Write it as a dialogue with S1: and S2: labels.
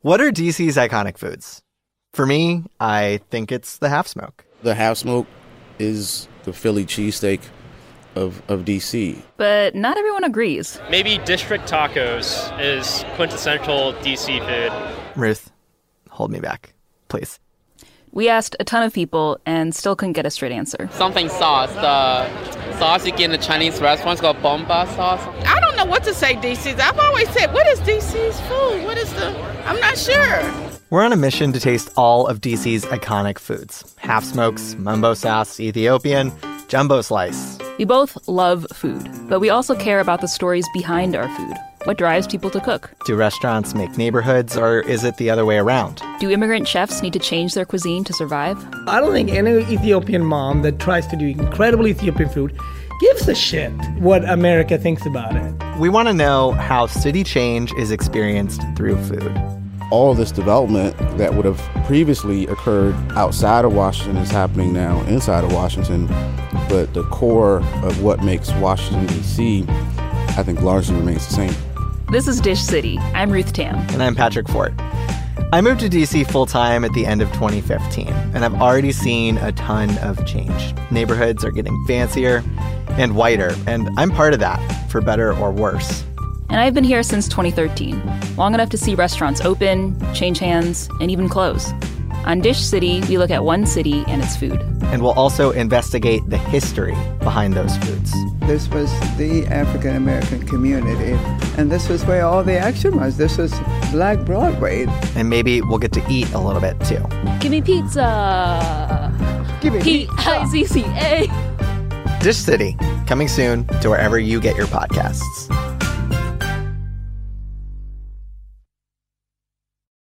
S1: What are DC's iconic foods? For me, I think it's the half smoke.
S2: The half smoke is the Philly cheesesteak of, of DC.
S3: But not everyone agrees.
S4: Maybe district tacos is quintessential DC food.
S1: Ruth, hold me back, please.
S3: We asked a ton of people and still couldn't get a straight answer.
S5: Something sauce. The sauce you get in the Chinese restaurants called bomba sauce.
S6: I don't know what to say, DC's. I've always said, what is DC's food? What is the. I'm not sure.
S1: We're on a mission to taste all of DC's iconic foods half smokes, mumbo sauce, Ethiopian, jumbo slice.
S3: We both love food, but we also care about the stories behind our food. What drives people to cook?
S1: Do restaurants make neighborhoods, or is it the other way around?
S3: Do immigrant chefs need to change their cuisine to survive?
S7: I don't think any Ethiopian mom that tries to do incredible Ethiopian food gives a shit what America thinks about it.
S1: We want to know how city change is experienced through food.
S2: All this development that would have previously occurred outside of Washington is happening now inside of Washington, but the core of what makes Washington, D.C., I think largely remains the same.
S3: This is Dish City. I'm Ruth Tam.
S1: And I'm Patrick Fort. I moved to DC full time at the end of 2015, and I've already seen a ton of change. Neighborhoods are getting fancier and whiter, and I'm part of that, for better or worse.
S3: And I've been here since 2013, long enough to see restaurants open, change hands, and even close. On Dish City, we look at one city and its food.
S1: And we'll also investigate the history behind those foods.
S8: This was the African American community, and this was where all the action was. This was Black Broadway.
S1: And maybe we'll get to eat a little bit too.
S3: Give me pizza.
S8: Give me
S3: P I Z C A.
S1: Dish City, coming soon to wherever you get your podcasts.